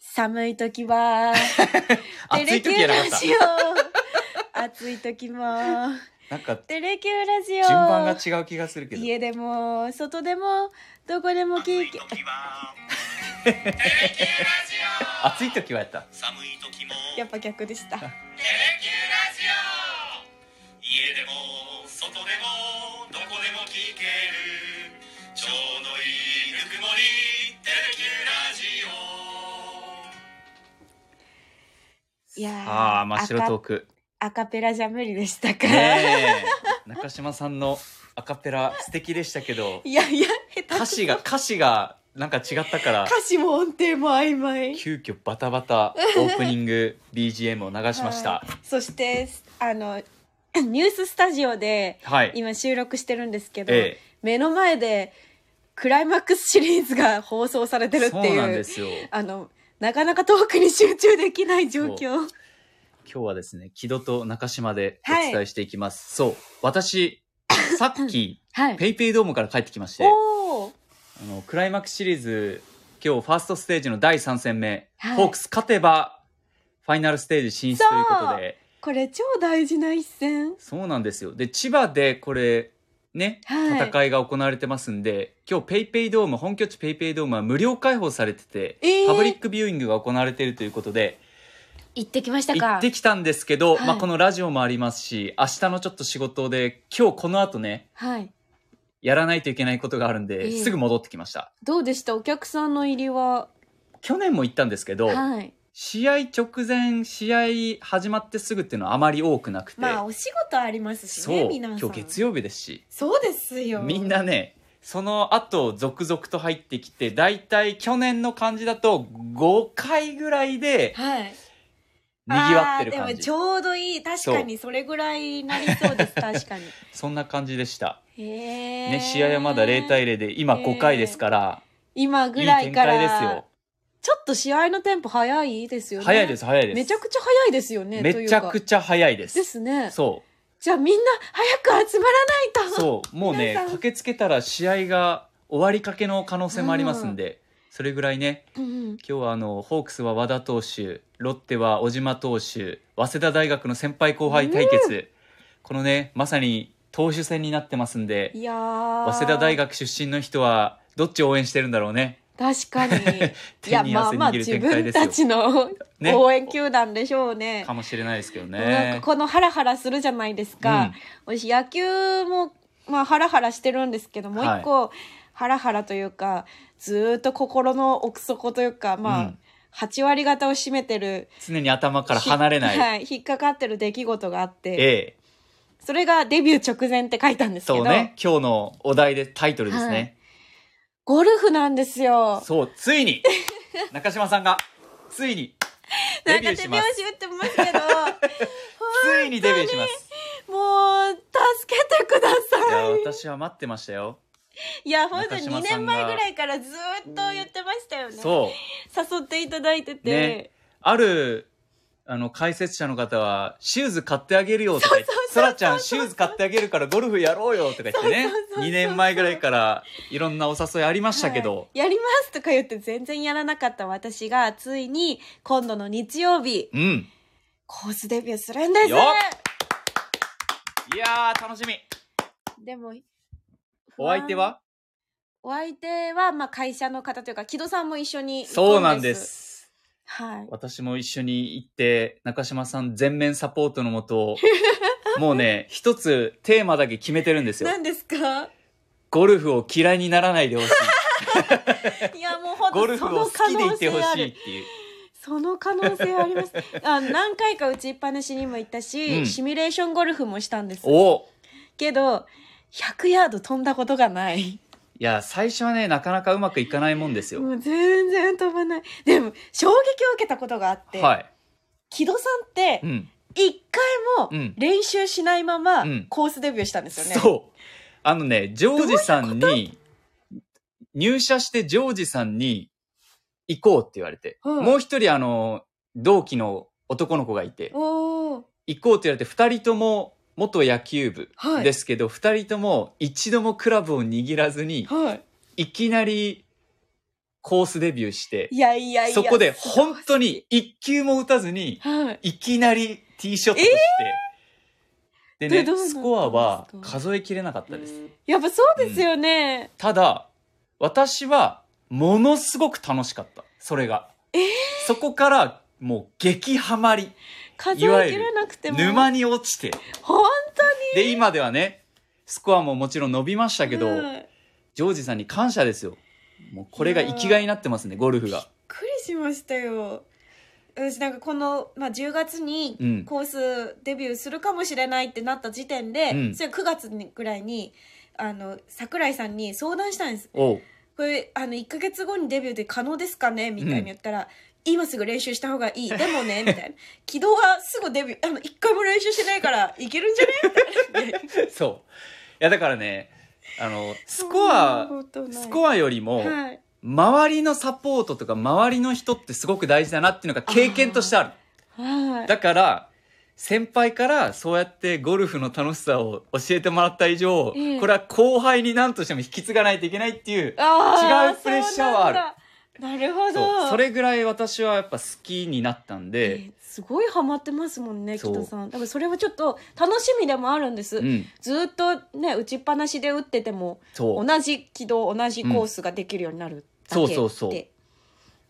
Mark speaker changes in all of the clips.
Speaker 1: 寒い時は、
Speaker 2: 暑い時やなかった
Speaker 1: ジオ。暑い時 も、
Speaker 2: なんか
Speaker 1: テレキューラジオ。
Speaker 2: 順番が違う気がするけど
Speaker 1: 家でも、外でも、どこでも
Speaker 3: 暑
Speaker 1: 聞
Speaker 3: い
Speaker 1: いて
Speaker 3: 時、はテレキューラジオ
Speaker 2: 暑い時はやった
Speaker 3: 寒い時も
Speaker 1: やっぱ逆でした。
Speaker 3: テレキューラジオ家でも外でもどこでも聞けるちょうどいいぬくもりテレキューラジオ
Speaker 1: いやー
Speaker 2: ああ真っ白
Speaker 1: アカ
Speaker 2: トーク
Speaker 1: アカペラじゃ無理でしたか。
Speaker 2: ねえ中島さんのアカペラ素敵でしたけど
Speaker 1: いやいや、下手。
Speaker 2: 歌詞が歌詞がなんか違ったから
Speaker 1: 歌詞も音程も曖昧。
Speaker 2: 急遽バタバタオープニング BGM を流しました
Speaker 1: はい。そして、あの、ニューススタジオで、
Speaker 2: はい、
Speaker 1: 今収録してるんですけど、
Speaker 2: え
Speaker 1: 目の前でクライマックスシリーズが放送されてる
Speaker 2: え、
Speaker 1: って
Speaker 2: そう
Speaker 1: い
Speaker 2: なん
Speaker 1: う
Speaker 2: ですよ
Speaker 1: あのなかなかトークに集中できない状況
Speaker 2: 今日はですね木戸と中島で
Speaker 1: はい
Speaker 2: お伝えしていきます、そう私さっき
Speaker 1: はい
Speaker 2: ペイペイドームから帰ってきまして
Speaker 1: おー
Speaker 2: あのクライマックスシリーズ今日ファーストステージの第3戦目、
Speaker 1: はい
Speaker 2: ホークス勝てばファイナルステージ進出ということで
Speaker 1: これ超大事な一戦
Speaker 2: そうなんですよで千葉でこれね、
Speaker 1: はい
Speaker 2: 戦いが行われてますんで今日ペイペイドーム本拠地ペイペイドームは無料開放されてて、
Speaker 1: えー
Speaker 2: パブリックビューイングが行われているということで
Speaker 1: 行ってきました
Speaker 2: 行
Speaker 1: か
Speaker 2: ってきたんですけど、
Speaker 1: はい
Speaker 2: まあ、このラジオもありますし明日のちょっと仕事で今日この後ね
Speaker 1: はい
Speaker 2: やらないといけないことがあるんで、
Speaker 1: ええ
Speaker 2: すぐ戻ってきました
Speaker 1: どうでしたお客さんの入りは
Speaker 2: 去年も行ったんですけど、
Speaker 1: はい
Speaker 2: 試合直前試合始まってすぐっていうのはあまり多くなくて、
Speaker 1: まあお仕事ありますし
Speaker 2: そ
Speaker 1: ね
Speaker 2: う
Speaker 1: 皆さ
Speaker 2: 今
Speaker 1: ん
Speaker 2: 日月曜日ですし
Speaker 1: そうですよ
Speaker 2: みんなねその後続々と入ってきて大体去年の感じだと5回ぐらいで
Speaker 1: はい
Speaker 2: にぎわ
Speaker 1: あー
Speaker 2: ってる
Speaker 1: で
Speaker 2: 感
Speaker 1: も
Speaker 2: じ
Speaker 1: ちょうどいい確かにそれぐらいになりそうです確 かに
Speaker 2: そんな感じでした、
Speaker 1: へえ、
Speaker 2: ね、試合はまだ0対0で今
Speaker 1: えー
Speaker 2: 5回ですから、
Speaker 1: 今ぐ
Speaker 2: いい
Speaker 1: らい
Speaker 2: 展
Speaker 1: から
Speaker 2: 開ですよ
Speaker 1: ちょっと試合のテンポ早いですよね。
Speaker 2: 早いです早いです
Speaker 1: めちゃくちゃ早いですよね。
Speaker 2: めちゃく
Speaker 1: ち
Speaker 2: ちゃ早いで
Speaker 1: ですすね。
Speaker 2: そう
Speaker 1: じゃあみんな早く集まらないと。
Speaker 2: そう、もうね
Speaker 1: 皆さん、
Speaker 2: 駆けつけたら試合が終わりかけの可能性もありますんで、それぐらいね、
Speaker 1: うん
Speaker 2: 今日はあの、ホークスは和田投手、ロッテは小島投手、早稲田大学の先輩後輩対決、このね、まさに投手戦になってますんで、
Speaker 1: いやー。
Speaker 2: 早稲田大。学出身の人は、どっちを応援してるんだろうね。
Speaker 1: 確かに。い
Speaker 2: 手
Speaker 1: や、
Speaker 2: に
Speaker 1: まあ
Speaker 2: 汗
Speaker 1: まあ
Speaker 2: 握る
Speaker 1: 自
Speaker 2: 展開
Speaker 1: 分
Speaker 2: ですよ。
Speaker 1: たちの
Speaker 2: ね
Speaker 1: 応援球団でしょうね。
Speaker 2: かもしれないですけど
Speaker 1: なん
Speaker 2: ね
Speaker 1: か。このハラハラするじゃないですか。私野球も、まあハラハラしてるんですけど、もう一個、ハラハラというか、ずーっと心の奥底というか、まあ、
Speaker 2: うん
Speaker 1: 8割方を占めてる
Speaker 2: 常に頭から離れない。
Speaker 1: はい、引っかかってる出来事があって、
Speaker 2: ええ、
Speaker 1: それがデビュー直前って書いたんですけ
Speaker 2: そ
Speaker 1: ど、
Speaker 2: うね。今日のお題でタイトルですね。
Speaker 1: はいゴルフなんですよ。
Speaker 2: そう、つ いに中島さんが、ついに、
Speaker 1: な
Speaker 2: デ
Speaker 1: ん
Speaker 2: ビュ
Speaker 1: か
Speaker 2: ー
Speaker 1: 手
Speaker 2: し
Speaker 1: 拍
Speaker 2: ます。
Speaker 1: 子打ってますけど、
Speaker 2: ついにデビューします。
Speaker 1: もう、助けてくだ
Speaker 2: いや、
Speaker 1: さい。
Speaker 2: 私は待ってましたよ。
Speaker 1: いや、本当に2
Speaker 2: 中島さ
Speaker 1: 年
Speaker 2: んが
Speaker 1: 前ぐらいからずーっと言ってましたよね。
Speaker 2: そう。
Speaker 1: 誘っていただいてて。
Speaker 2: ねある、あの、解説者の方は、シューズ買ってあげるよとか言って、そらちゃんシューズ買ってあげるからゴルフやろうよとか言ってね
Speaker 1: そうそうそう、そう
Speaker 2: 2年前ぐらいからいろんなお誘いありましたけ
Speaker 1: は
Speaker 2: ど、
Speaker 1: いやりますとか言って全然やらなかった私がついに今度の日曜日
Speaker 2: うん。
Speaker 1: コースデビューするんです
Speaker 2: よいやー、楽しみ。
Speaker 1: でも
Speaker 2: お相手は
Speaker 1: お相手は、まあ、会社の方というか、木戸さんも一緒に。
Speaker 2: そうなんで。す。
Speaker 1: はい。
Speaker 2: 私も一緒に行って、中島さん全面サポートの もと、もうね、一つテーマだけ決めてるんですよ。
Speaker 1: 何です か
Speaker 2: ゴルフを嫌いにならないで ほしい。
Speaker 1: いや、もう本
Speaker 2: ゴ
Speaker 1: 当
Speaker 2: ル
Speaker 1: そ
Speaker 2: フを
Speaker 1: の
Speaker 2: 好
Speaker 1: 可
Speaker 2: きでい
Speaker 1: 能
Speaker 2: て
Speaker 1: 性
Speaker 2: ほ
Speaker 1: あ
Speaker 2: しいっ
Speaker 1: る。
Speaker 2: ていう。
Speaker 1: その可能性あります。 あ何回か打ちっぱなしにも行ったし、
Speaker 2: うん
Speaker 1: シミュレーションゴルフもしたんです。
Speaker 2: おう
Speaker 1: けど、100ヤード飛んだことがない。
Speaker 2: いや、最初はね、なかなかうまくいかないもんですよ。
Speaker 1: もう全然飛ばない。でも、衝撃を受けたことがあって、
Speaker 2: はい。
Speaker 1: 木戸さんって
Speaker 2: う、ん。
Speaker 1: 一回
Speaker 2: う
Speaker 1: も
Speaker 2: ん
Speaker 1: 練習しないまま
Speaker 2: うん、
Speaker 1: コースデビューしたんですよね。
Speaker 2: そう。あのね、ジョージさんに、入社してジョージさんに行こうって言われて、
Speaker 1: うん
Speaker 2: もう一人あの、同期の男の子がいて、
Speaker 1: おー。
Speaker 2: 行こうって言われて2人とも元野球部
Speaker 1: はい
Speaker 2: ですけど、二2人とも一度もクラブを握らずに
Speaker 1: はい。
Speaker 2: いきなりコースデビューして、
Speaker 1: いやいやいや。
Speaker 2: そこで本
Speaker 1: ん
Speaker 2: 当に一球も打たずに、
Speaker 1: はい。
Speaker 2: いきなりティーショットして、でね
Speaker 1: どどうなったんです
Speaker 2: ス
Speaker 1: か
Speaker 2: コアは数えきれなかったです。
Speaker 1: やっぱそうですよね。
Speaker 2: ただ、私はものすごく楽しかった。それが。そこからもう激ハマり。
Speaker 1: 数
Speaker 2: いわ
Speaker 1: え
Speaker 2: ゆ
Speaker 1: 切
Speaker 2: る
Speaker 1: れなくても。
Speaker 2: 沼に落ちて。
Speaker 1: ほん
Speaker 2: で、今ではね、スコアももちろん伸びましたけど、
Speaker 1: はい
Speaker 2: ジョージさんに感謝ですよ。もうこれが生きがいになってますね、ゴルフが。
Speaker 1: びっくりしましたよ私なんかこの、まあ、10月
Speaker 2: う
Speaker 1: に
Speaker 2: ん
Speaker 1: コースデビューするかもしれないってなった時点で、
Speaker 2: うん
Speaker 1: それ9月にぐらいにあの桜井さんに相談したんです
Speaker 2: おう。
Speaker 1: これあの1か月後にデビューで可能ですかねみたいに言ったら、今すぐ練習した方がいいでも ねみたいな「軌道はすぐデビューあの1回も練習してないからいけるんじゃね?」みたいな
Speaker 2: そう。いや、だからね、あの、スコア、スコ
Speaker 1: ア
Speaker 2: アよりも、
Speaker 1: はい、
Speaker 2: 周りのサポートとか周りの人ってすごく大事だなっていうのが経験としてある。
Speaker 1: はい、
Speaker 2: だから、先輩からそうやってゴルフの楽しさを教えてもらった以上、
Speaker 1: ええ
Speaker 2: これは後輩に何としても引き継がないといけないっていう、
Speaker 1: あ
Speaker 2: 違うプレッシャーはある
Speaker 1: そうなんだなるほど
Speaker 2: そうそれぐらい私はやっぱ好きになったん
Speaker 1: え
Speaker 2: で
Speaker 1: ー、すごいハマってますもんね
Speaker 2: そう
Speaker 1: 北さん多分それはちょっと楽しみでもあるんです、
Speaker 2: うん、
Speaker 1: ずーっとね打ちっぱなしで打ってても
Speaker 2: そう。
Speaker 1: 同じ軌道同じコースができるようになるだけ
Speaker 2: うんそうそうそう
Speaker 1: って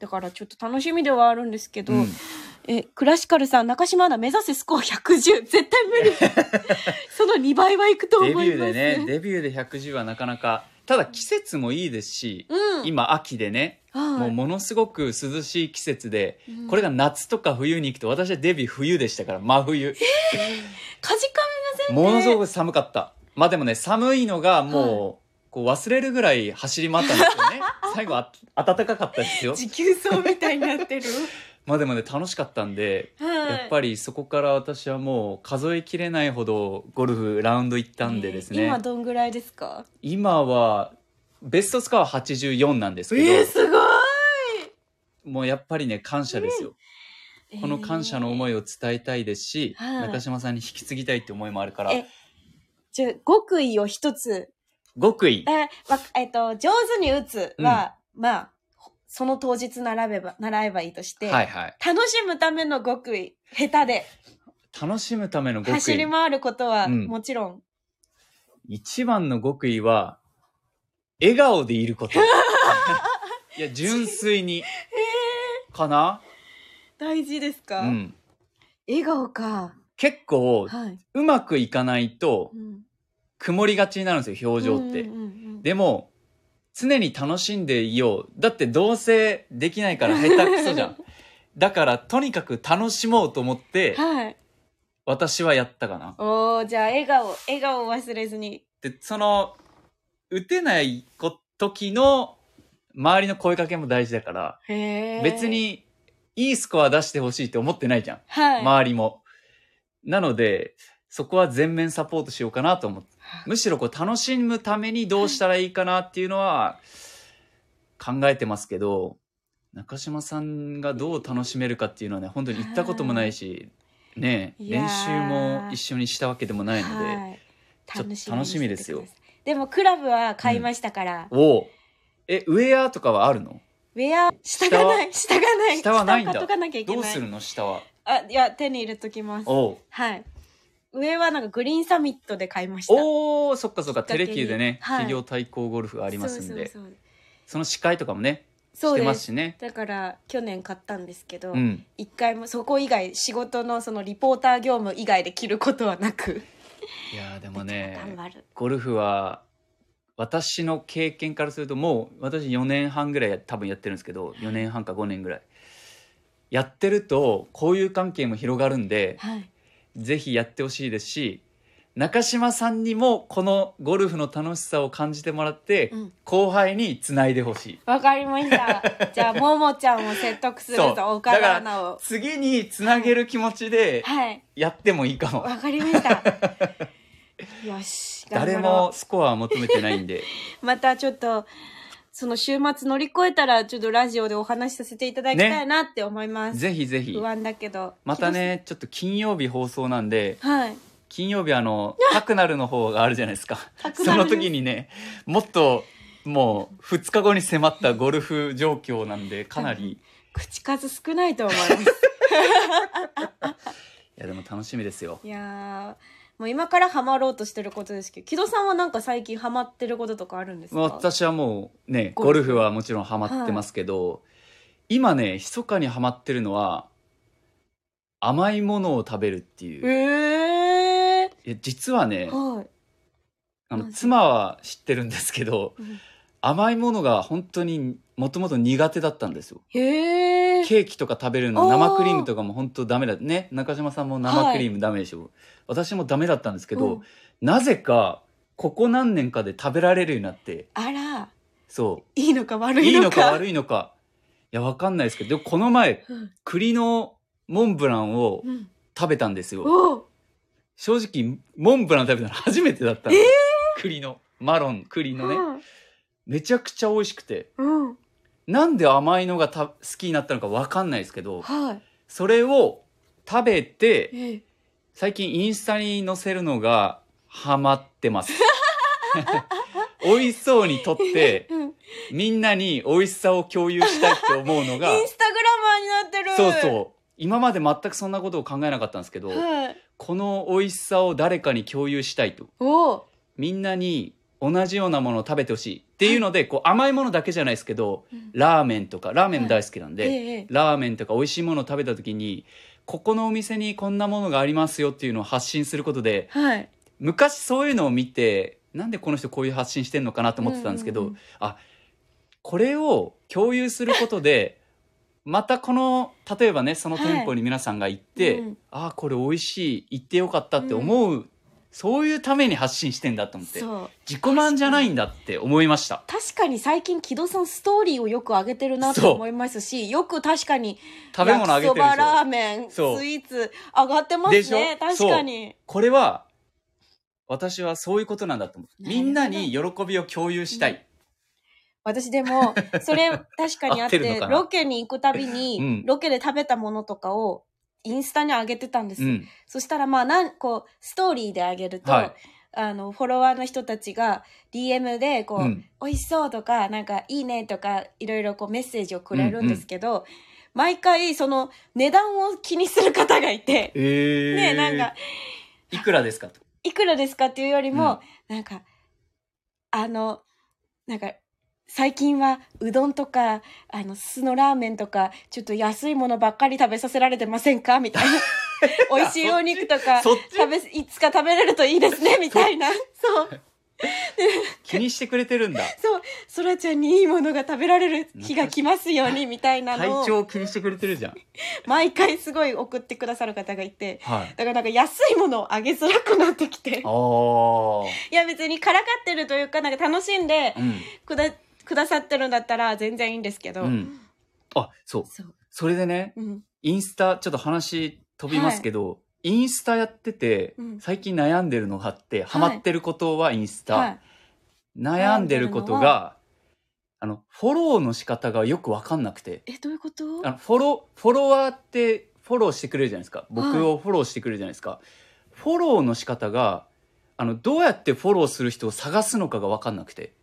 Speaker 1: だからちょっと楽しみではあるんですけど、
Speaker 2: うん
Speaker 1: えクラシカルさん中島アナ目指せスコア110絶対無 理その2倍はいくと
Speaker 2: デ
Speaker 1: 思
Speaker 2: ビ
Speaker 1: い
Speaker 2: ュ
Speaker 1: ます
Speaker 2: ーでね、デビューで110はなかなか、ただ季節もいいですし、
Speaker 1: うん
Speaker 2: 今秋でね、
Speaker 1: はい
Speaker 2: もうものすごく涼しい季節で、
Speaker 1: うん
Speaker 2: これが夏とか冬に行くと私はデビュー冬でしたから真冬、
Speaker 1: かじかみませんね
Speaker 2: ものすごく寒かったまあでもね寒いのがもう,、こう忘れるぐらい走り回ったんで すよね最後あ暖かかったですよ
Speaker 1: 持久走みたいになってる
Speaker 2: まあでもね楽しかったんで
Speaker 1: はい
Speaker 2: やっぱりそこから私はもう数えきれないほどゴルフラウンド行ったんでですね、
Speaker 1: えー今どんぐらいですか
Speaker 2: 今はベストスコア84なんですけど、
Speaker 1: えー、すごい
Speaker 2: もうやっぱりね感謝ですよ、この感謝の思
Speaker 1: い
Speaker 2: いを伝えたいですし、
Speaker 1: えーはい
Speaker 2: 中島さんに引き継ぎたいって思いもあるから
Speaker 1: えじゃあ極意を一つ
Speaker 2: 極意
Speaker 1: えーわえっと上手に打つは、まあほその当日習えば習えばいいとして、
Speaker 2: はいはい
Speaker 1: 楽しむための極意下手で
Speaker 2: 楽しむための極
Speaker 1: 走
Speaker 2: 意
Speaker 1: り回ることは
Speaker 2: うん
Speaker 1: もちろん、
Speaker 2: 一番の極意は笑顔でいること いや純粋にかな、
Speaker 1: 大事ですか、
Speaker 2: うん、
Speaker 1: 笑顔か
Speaker 2: 結構
Speaker 1: はい、
Speaker 2: うまくいかないと
Speaker 1: うん、
Speaker 2: 曇りがちになるんですよ表情って、
Speaker 1: うんうんうん
Speaker 2: でも、常に楽しんでいよう。だってどうせできないから下手くそじゃん。 だから、とにかく楽しもうと思って、
Speaker 1: はい
Speaker 2: 私はやったかな。
Speaker 1: おーじゃあ笑顔笑顔を忘れずに
Speaker 2: で、その、打てないこ時の、周りの声かけも大事だから、
Speaker 1: へー
Speaker 2: 別に、いいスコア出してほしいって思ってないじゃん。
Speaker 1: はい、
Speaker 2: 周りも。なので、そこは全面サポートしようかなと思って。むしろこう楽しむためにどうしたらいいかなっていうのは考えてますけど、中島さんがどう楽しめるかっていうのはね、本当に行ったこともないし、ねえ、
Speaker 1: いやー
Speaker 2: 練習も一緒にしたわけでもないので、
Speaker 1: い
Speaker 2: ちょっと
Speaker 1: に
Speaker 2: 楽
Speaker 1: して
Speaker 2: しみですよ
Speaker 1: てくださいでもクラブは買いましたから、
Speaker 2: おうえ、ウェアとかはあるの
Speaker 1: ウェア下がない下がない
Speaker 2: 下はないんだ
Speaker 1: 下を買っとかなきゃいけない
Speaker 2: どうするの下は。
Speaker 1: あいや手に入れときます
Speaker 2: おう
Speaker 1: はい上はなんかグリーンサミットで買いました
Speaker 2: おーそっかそっか、
Speaker 1: きっか
Speaker 2: テ
Speaker 1: けに
Speaker 2: レキューでね、
Speaker 1: はい
Speaker 2: 企業対抗ゴルフがありますんで、そ
Speaker 1: そうそう
Speaker 2: の司会とかもね、
Speaker 1: そうそ
Speaker 2: して
Speaker 1: うで
Speaker 2: ます
Speaker 1: す
Speaker 2: しね。
Speaker 1: だから去年買ったんですけど
Speaker 2: うん。
Speaker 1: 一、回もそこ以外仕事のそのリポーター業務以外で着ることはなく
Speaker 2: いやーでも
Speaker 1: 頑
Speaker 2: ね
Speaker 1: 張る
Speaker 2: ゴルフは私の経験からするともう私4年半ぐらいや多分やってるんですけど4年半か5年ぐらいやってると交友関係も広がるんで
Speaker 1: はい
Speaker 2: ぜひやってほしいですし中島さんにもこのゴルフの楽しさを感じてもらって、
Speaker 1: うん
Speaker 2: 後輩につないでほしい
Speaker 1: わかりましたじゃあももちゃんを説得する
Speaker 2: そう
Speaker 1: ぞ岡
Speaker 2: だか
Speaker 1: 田アナ
Speaker 2: ら
Speaker 1: を
Speaker 2: 次につなげる気持ちで
Speaker 1: はい
Speaker 2: やってもいいかも、
Speaker 1: わかりましたよし頑張ろう
Speaker 2: 誰もスコアは求めてない んで
Speaker 1: またちょっとその週末乗り越えたらちょっとラジオでお話しさせていただきたいなって思います、
Speaker 2: ぜひぜひ
Speaker 1: 不安だけど
Speaker 2: またねちょっと金曜日放送なんで
Speaker 1: はい
Speaker 2: 金曜日あのタクナルの方があるじゃないですか
Speaker 1: タク
Speaker 2: そ
Speaker 1: ナル
Speaker 2: の時にねもっともう2日後に迫ったゴルフ状況なんでかなりい
Speaker 1: 口数少ないと思い ます。
Speaker 2: やでも楽しみですよ
Speaker 1: いやーもう今からハマろうとしてることですけど、木戸さんはなんか最近ハマってることとかあるんですか
Speaker 2: 私はもうね
Speaker 1: ゴ
Speaker 2: ゴルフはもちろんハマってますけど、今ね密かにハマってるのは甘いものを食べるっていう、
Speaker 1: え
Speaker 2: いや実はね
Speaker 1: ー、はい。
Speaker 2: あ
Speaker 1: マ
Speaker 2: の
Speaker 1: ジ
Speaker 2: 妻は知ってるんですけど
Speaker 1: うん
Speaker 2: 甘いものが本当にもともと苦手だったんですよ
Speaker 1: へえ。
Speaker 2: ケーキとか食べるの
Speaker 1: あー
Speaker 2: 生クリームとかも本当ダメだね中島さんも生クリームダメでしょ、私もダメだったんですけど、
Speaker 1: うん
Speaker 2: なぜかここ何年かで食べられるようになって
Speaker 1: あら、
Speaker 2: そ
Speaker 1: いいのか
Speaker 2: う
Speaker 1: 悪
Speaker 2: い
Speaker 1: い
Speaker 2: い
Speaker 1: の
Speaker 2: のか
Speaker 1: か。
Speaker 2: 悪いのかいやわかんないですけどでもこの前
Speaker 1: うん
Speaker 2: 栗のモンブランを
Speaker 1: うん
Speaker 2: 食べたんですよ
Speaker 1: おう
Speaker 2: 正直モンブラン食べたの 初めてだったの、栗のマロン栗のね、めちゃくちゃ美味しくて
Speaker 1: うんうん。
Speaker 2: なんで甘いのがた好きになったのかわかんないですけど
Speaker 1: はい。
Speaker 2: それを食べて
Speaker 1: ええ
Speaker 2: 最近インスタに載せるのがハマっ てます美味しそうに撮って
Speaker 1: うんイン
Speaker 2: みんなに美味しさを共有したいって思うのが
Speaker 1: スタグラマーになってる。
Speaker 2: そうそう今まで全くそんなことを考えなかったんですけど、
Speaker 1: はい。
Speaker 2: この美味しさを誰かに共有したいと
Speaker 1: おう
Speaker 2: みんなに同じようなものを食べてほしいっていうので、こう甘いものだけじゃないですけど
Speaker 1: うん
Speaker 2: ラーメンとかラーメン大好きなんで、
Speaker 1: ええ
Speaker 2: ラーメンとか美味しいものを食べた時にここのお店にこんなものがありますよっていうのを発信することで
Speaker 1: はい。
Speaker 2: 昔そういうのを見てなんでこの人こういう発信してんのかなと思ってたんですけど、
Speaker 1: うんうんうん
Speaker 2: あこれを共有することで またこの例えばねその店舗に皆さんが行って、
Speaker 1: はいうん
Speaker 2: あこれ美味しい行ってよかったって思う、そういうために発信してんだと思って
Speaker 1: そう。
Speaker 2: 自己満じゃないんだって思いました。
Speaker 1: 確かに最近木戸さんストーリーをよく上げてるな
Speaker 2: そ
Speaker 1: と
Speaker 2: う
Speaker 1: 思いますし、よく確かに
Speaker 2: 食べ物あげてるでし
Speaker 1: 焼きそばラー
Speaker 2: ょ
Speaker 1: メン、スイ
Speaker 2: そう
Speaker 1: ーツ上がってま
Speaker 2: ですしょ
Speaker 1: ね。確かに。
Speaker 2: これは私はそういうことなんだと思う
Speaker 1: なるほど
Speaker 2: みんなに喜びを共有したい、
Speaker 1: 私でも、それ確かにあっ
Speaker 2: 合ってる
Speaker 1: て、
Speaker 2: のかな
Speaker 1: ロケに行くたびに、
Speaker 2: うん
Speaker 1: ロケで食べたものとかをインスタに上げてたんです。
Speaker 2: うん
Speaker 1: そしたらまあ、なん、こう、ストーリーで上げると、
Speaker 2: はい
Speaker 1: あの、フォロワーの人たちが DM で、こう、
Speaker 2: うん
Speaker 1: 美味しそうとか、なんかいいねとか、いろいろこうメッセージをくれるんですけど、毎回その値段を気にする方がいて、
Speaker 2: え
Speaker 1: ね、なんか、
Speaker 2: いくらですかと。
Speaker 1: いくらですかっていうよりも、なんか、あの、なんか、最近はうどんとか、あの、酢のラーメンとか、ちょっと安いものばっかり食べさせられてませんかみ たいな。美味しいお肉とか、
Speaker 2: そっち
Speaker 1: 食べ、いつか食べれるといいですね、みたいな。そう。
Speaker 2: 気にしてくれ てるんだ。
Speaker 1: そう。そらちゃんにいいものが食べられる日が来ますように、みたいな
Speaker 2: 体
Speaker 1: のを、
Speaker 2: 調を気にしてくれて るじゃん。
Speaker 1: 毎回すごい送ってくださる方がいて。
Speaker 2: はい。
Speaker 1: だからなんか安いものをあげづらくなってきて。
Speaker 2: あ
Speaker 1: いや別にからかってるというか、なんか楽しんで
Speaker 2: あ。、うん。
Speaker 1: くだくださってるんだったら全然いいんですけど、
Speaker 2: うん。あ、そう。
Speaker 1: そう、
Speaker 2: それでね、
Speaker 1: うん、
Speaker 2: インスタ、ちょっと話飛びますけど、インスタやってて
Speaker 1: うん、
Speaker 2: 最近悩んでるのがあって、ハマってることはインスタ、
Speaker 1: はい
Speaker 2: 悩んでるこ
Speaker 1: 悩んで
Speaker 2: と
Speaker 1: るの
Speaker 2: が、あの、フォローの仕方がよくわかんなくて、
Speaker 1: えどういうこと
Speaker 2: あの、フォロー、フォロワーってフォローしてくれるじゃないですか。
Speaker 1: はい
Speaker 2: 僕をフォローしてくれるじゃないですか。フォローの仕方が、あの、どうやってフォローする人を探すのかがわかんなくて。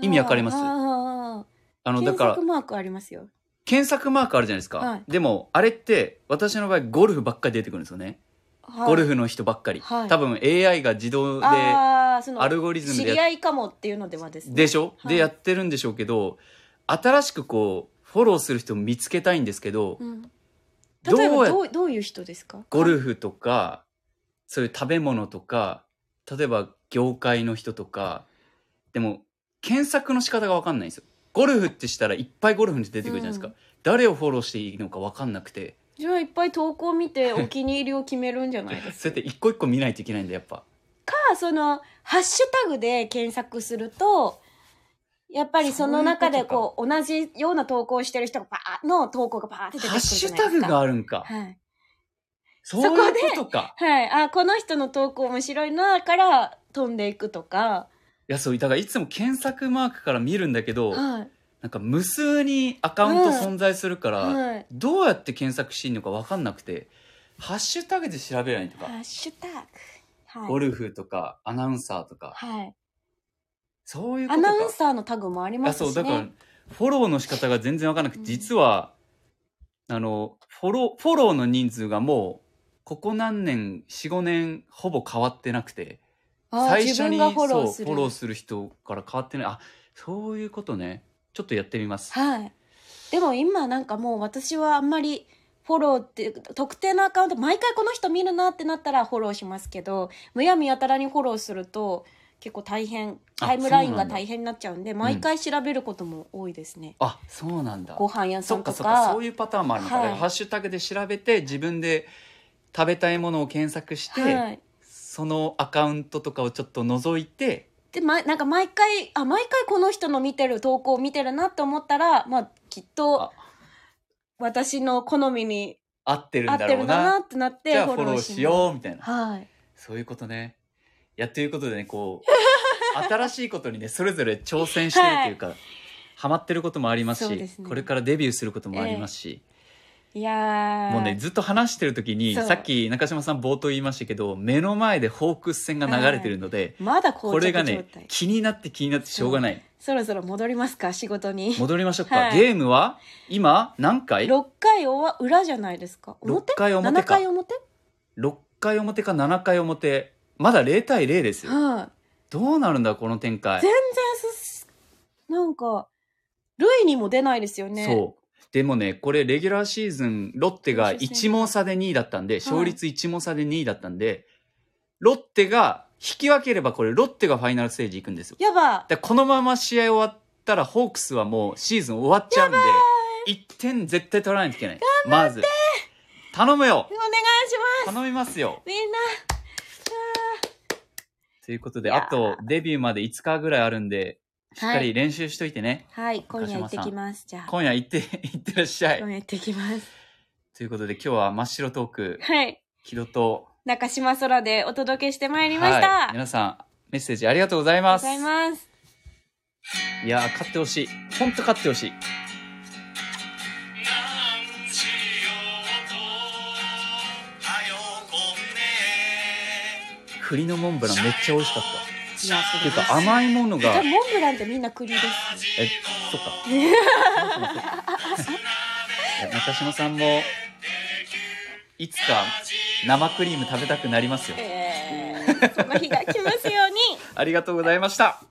Speaker 2: 意味わかります
Speaker 1: あーあーあ
Speaker 2: あ
Speaker 1: ー
Speaker 2: の、だ
Speaker 1: 検
Speaker 2: から
Speaker 1: 索、マークありますよ
Speaker 2: 検索マークあるじゃないですか。
Speaker 1: はい
Speaker 2: でも、あれって、私の場合、ゴルフばっかり出てくるんですよね。
Speaker 1: はい
Speaker 2: ゴルフの人ばっかり。
Speaker 1: はい
Speaker 2: 多分、AI が自動で、ア
Speaker 1: あーその
Speaker 2: ルゴリズム
Speaker 1: 知
Speaker 2: で
Speaker 1: り
Speaker 2: やっ
Speaker 1: 合いかもっていうのではですね
Speaker 2: でしょ、
Speaker 1: はい
Speaker 2: でやってるんでしょうけど、新しくこう、フォローする人を見つけたいんですけど、
Speaker 1: うん、例え
Speaker 2: どう
Speaker 1: ばどう
Speaker 2: や
Speaker 1: どういう人ですか
Speaker 2: ゴル
Speaker 1: フ
Speaker 2: フとか、そういう食べ物とか、例えば業界の人とか、でも、検索の仕方がわかんないんですよ。ゴルフってしたらいっぱいゴルフに出てくるじゃないですか。
Speaker 1: うん
Speaker 2: 誰をフォローしていいのかわかんなくて、
Speaker 1: じゃあいっぱい投稿見てお気に入りを決めるんじゃないです
Speaker 2: そうやって一個一個見ないといけないんだ、やっぱ。
Speaker 1: かそのハッシュタグで検索するとやっぱりその中でこう同じような投稿してる人がバーの投稿がバーって出てく
Speaker 2: ハ
Speaker 1: る
Speaker 2: ッ
Speaker 1: じ
Speaker 2: シ
Speaker 1: ゃ
Speaker 2: ュ
Speaker 1: ないで
Speaker 2: タ
Speaker 1: す
Speaker 2: グ
Speaker 1: か
Speaker 2: があるんか。
Speaker 1: はい
Speaker 2: そういうことか。
Speaker 1: はい。あ、この人の投稿面白いな、から飛んでいくとか。
Speaker 2: いや、そう、だからいつも検索マークから見るんだけど、
Speaker 1: はい。
Speaker 2: なんか無数にアカウント存在するから、
Speaker 1: はい。
Speaker 2: どうやって検索していいのかわかんなくて、ハッシュタグで調べないとか
Speaker 1: ハ。ッシュタグ。はい。
Speaker 2: ゴルフとかアナウンサーとか
Speaker 1: はい。
Speaker 2: そういうこ
Speaker 1: ア
Speaker 2: とか
Speaker 1: ナウンサーのタグもありま
Speaker 2: あ
Speaker 1: すし
Speaker 2: そ
Speaker 1: ね。
Speaker 2: うだからフォローの仕方が全然わからなくて、
Speaker 1: うん
Speaker 2: 実はあのフォローフォローの人数がもうここ何年45年ほぼ変わってなくて
Speaker 1: あー自分がフォロー
Speaker 2: そ
Speaker 1: す
Speaker 2: う
Speaker 1: る。
Speaker 2: フォローする人から変わってないあそういうことねちょっとやってみます
Speaker 1: はい。でも今なんかもう私はあんまりフォローって特定のアカウント毎回この人見るなってなったらフォローしますけどむやみやたらにフォローすると結構大変
Speaker 2: あ
Speaker 1: タイムライン
Speaker 2: そう
Speaker 1: が
Speaker 2: なんだ
Speaker 1: 大変になっちゃうんで毎回調べることも多いですね、
Speaker 2: あそうなんだ
Speaker 1: ご飯屋さ
Speaker 2: そっ
Speaker 1: んとか
Speaker 2: かそっかそういうパターンもあるのか、
Speaker 1: はい
Speaker 2: だからハッシュタグで調べて自分で食べたいものを検索して、
Speaker 1: はい、
Speaker 2: そのアカウントとかをちょっと覗いて
Speaker 1: で、ま、なんか毎回あ毎回この人の見てる投稿を見てるなって思ったらまあきっと
Speaker 2: あ
Speaker 1: 私の好みに
Speaker 2: 合ってる
Speaker 1: 合
Speaker 2: ん
Speaker 1: っ
Speaker 2: だ
Speaker 1: て
Speaker 2: ろ
Speaker 1: る
Speaker 2: うん
Speaker 1: だな
Speaker 2: な
Speaker 1: ってなって
Speaker 2: じゃあフォローし
Speaker 1: ます
Speaker 2: ようみたいな
Speaker 1: はい
Speaker 2: そういうことね。いや、ということでね、こ う、新しいことにね、それぞれ挑戦してるというか、ハマってることもあります
Speaker 1: そ
Speaker 2: し、
Speaker 1: うですね
Speaker 2: これからデビューすることもありますし、
Speaker 1: いやー
Speaker 2: もうね、ずっと話してる時に、
Speaker 1: そう
Speaker 2: さっき中島さん冒頭言いましたけど、目の前でホークス線が流れてるので、
Speaker 1: まだ
Speaker 2: こ
Speaker 1: 膠着
Speaker 2: れ
Speaker 1: 状
Speaker 2: が
Speaker 1: 態、
Speaker 2: ね、気になって気になってしょうがない。
Speaker 1: そろそろ戻りますか仕事に
Speaker 2: 戻りましょうか。
Speaker 1: はい
Speaker 2: ゲームは、今、何回
Speaker 1: 6回おわ裏じゃないですか表
Speaker 2: 六回表か
Speaker 1: 7回表
Speaker 2: ?6 回表か7回表。まだ0対0ですよ。
Speaker 1: はい
Speaker 2: どうなるんだ、この展開。
Speaker 1: 全然すなんか類にも出ないですよね
Speaker 2: そう。でもね、これレギュラーシーズン、ロッテが
Speaker 1: 選手
Speaker 2: 1問差で2位だったんで、勝率1問差で2位だったんで、ロッテが引き分ければこれ、ロッテがファイナルステージ行くんですよ。
Speaker 1: やば
Speaker 2: で、このまま試合終わったら、ホークスはもうシーズン終わっちゃうんで、1点絶対取らないといけない。まず。頼むよ
Speaker 1: お願いします
Speaker 2: 頼みますよ
Speaker 1: みんな
Speaker 2: ということで、
Speaker 1: いやー
Speaker 2: あと、デビューまで5日ぐらいあるんで、しっかり練習しといてね。
Speaker 1: はい今夜行ってきますじゃあ
Speaker 2: 今夜行って、 行ってらっしゃい
Speaker 1: 今。夜行ってきます
Speaker 2: ということで、今日は真っ白トーク、
Speaker 1: はい
Speaker 2: 木戸と、
Speaker 1: 中島空でお届けしてまいりました、あ
Speaker 2: はい、
Speaker 1: りがとう
Speaker 2: 皆さんメッセージありがとうござい
Speaker 1: ご
Speaker 2: ます
Speaker 1: ざいます
Speaker 2: いやー勝ってほしい本当勝ってほしい
Speaker 3: なんしようとはよこんね
Speaker 2: 栗のモンブランめっちゃ美味しかったっ
Speaker 1: いや
Speaker 2: て
Speaker 1: す
Speaker 2: いうか甘いもの
Speaker 1: じゃ
Speaker 2: が
Speaker 1: あモンブランってみんな栗です
Speaker 2: え そっかいや中島さんもいつか生クリーム食べたくなりますよ
Speaker 1: えー、その日が来ますように
Speaker 2: ありがとうございました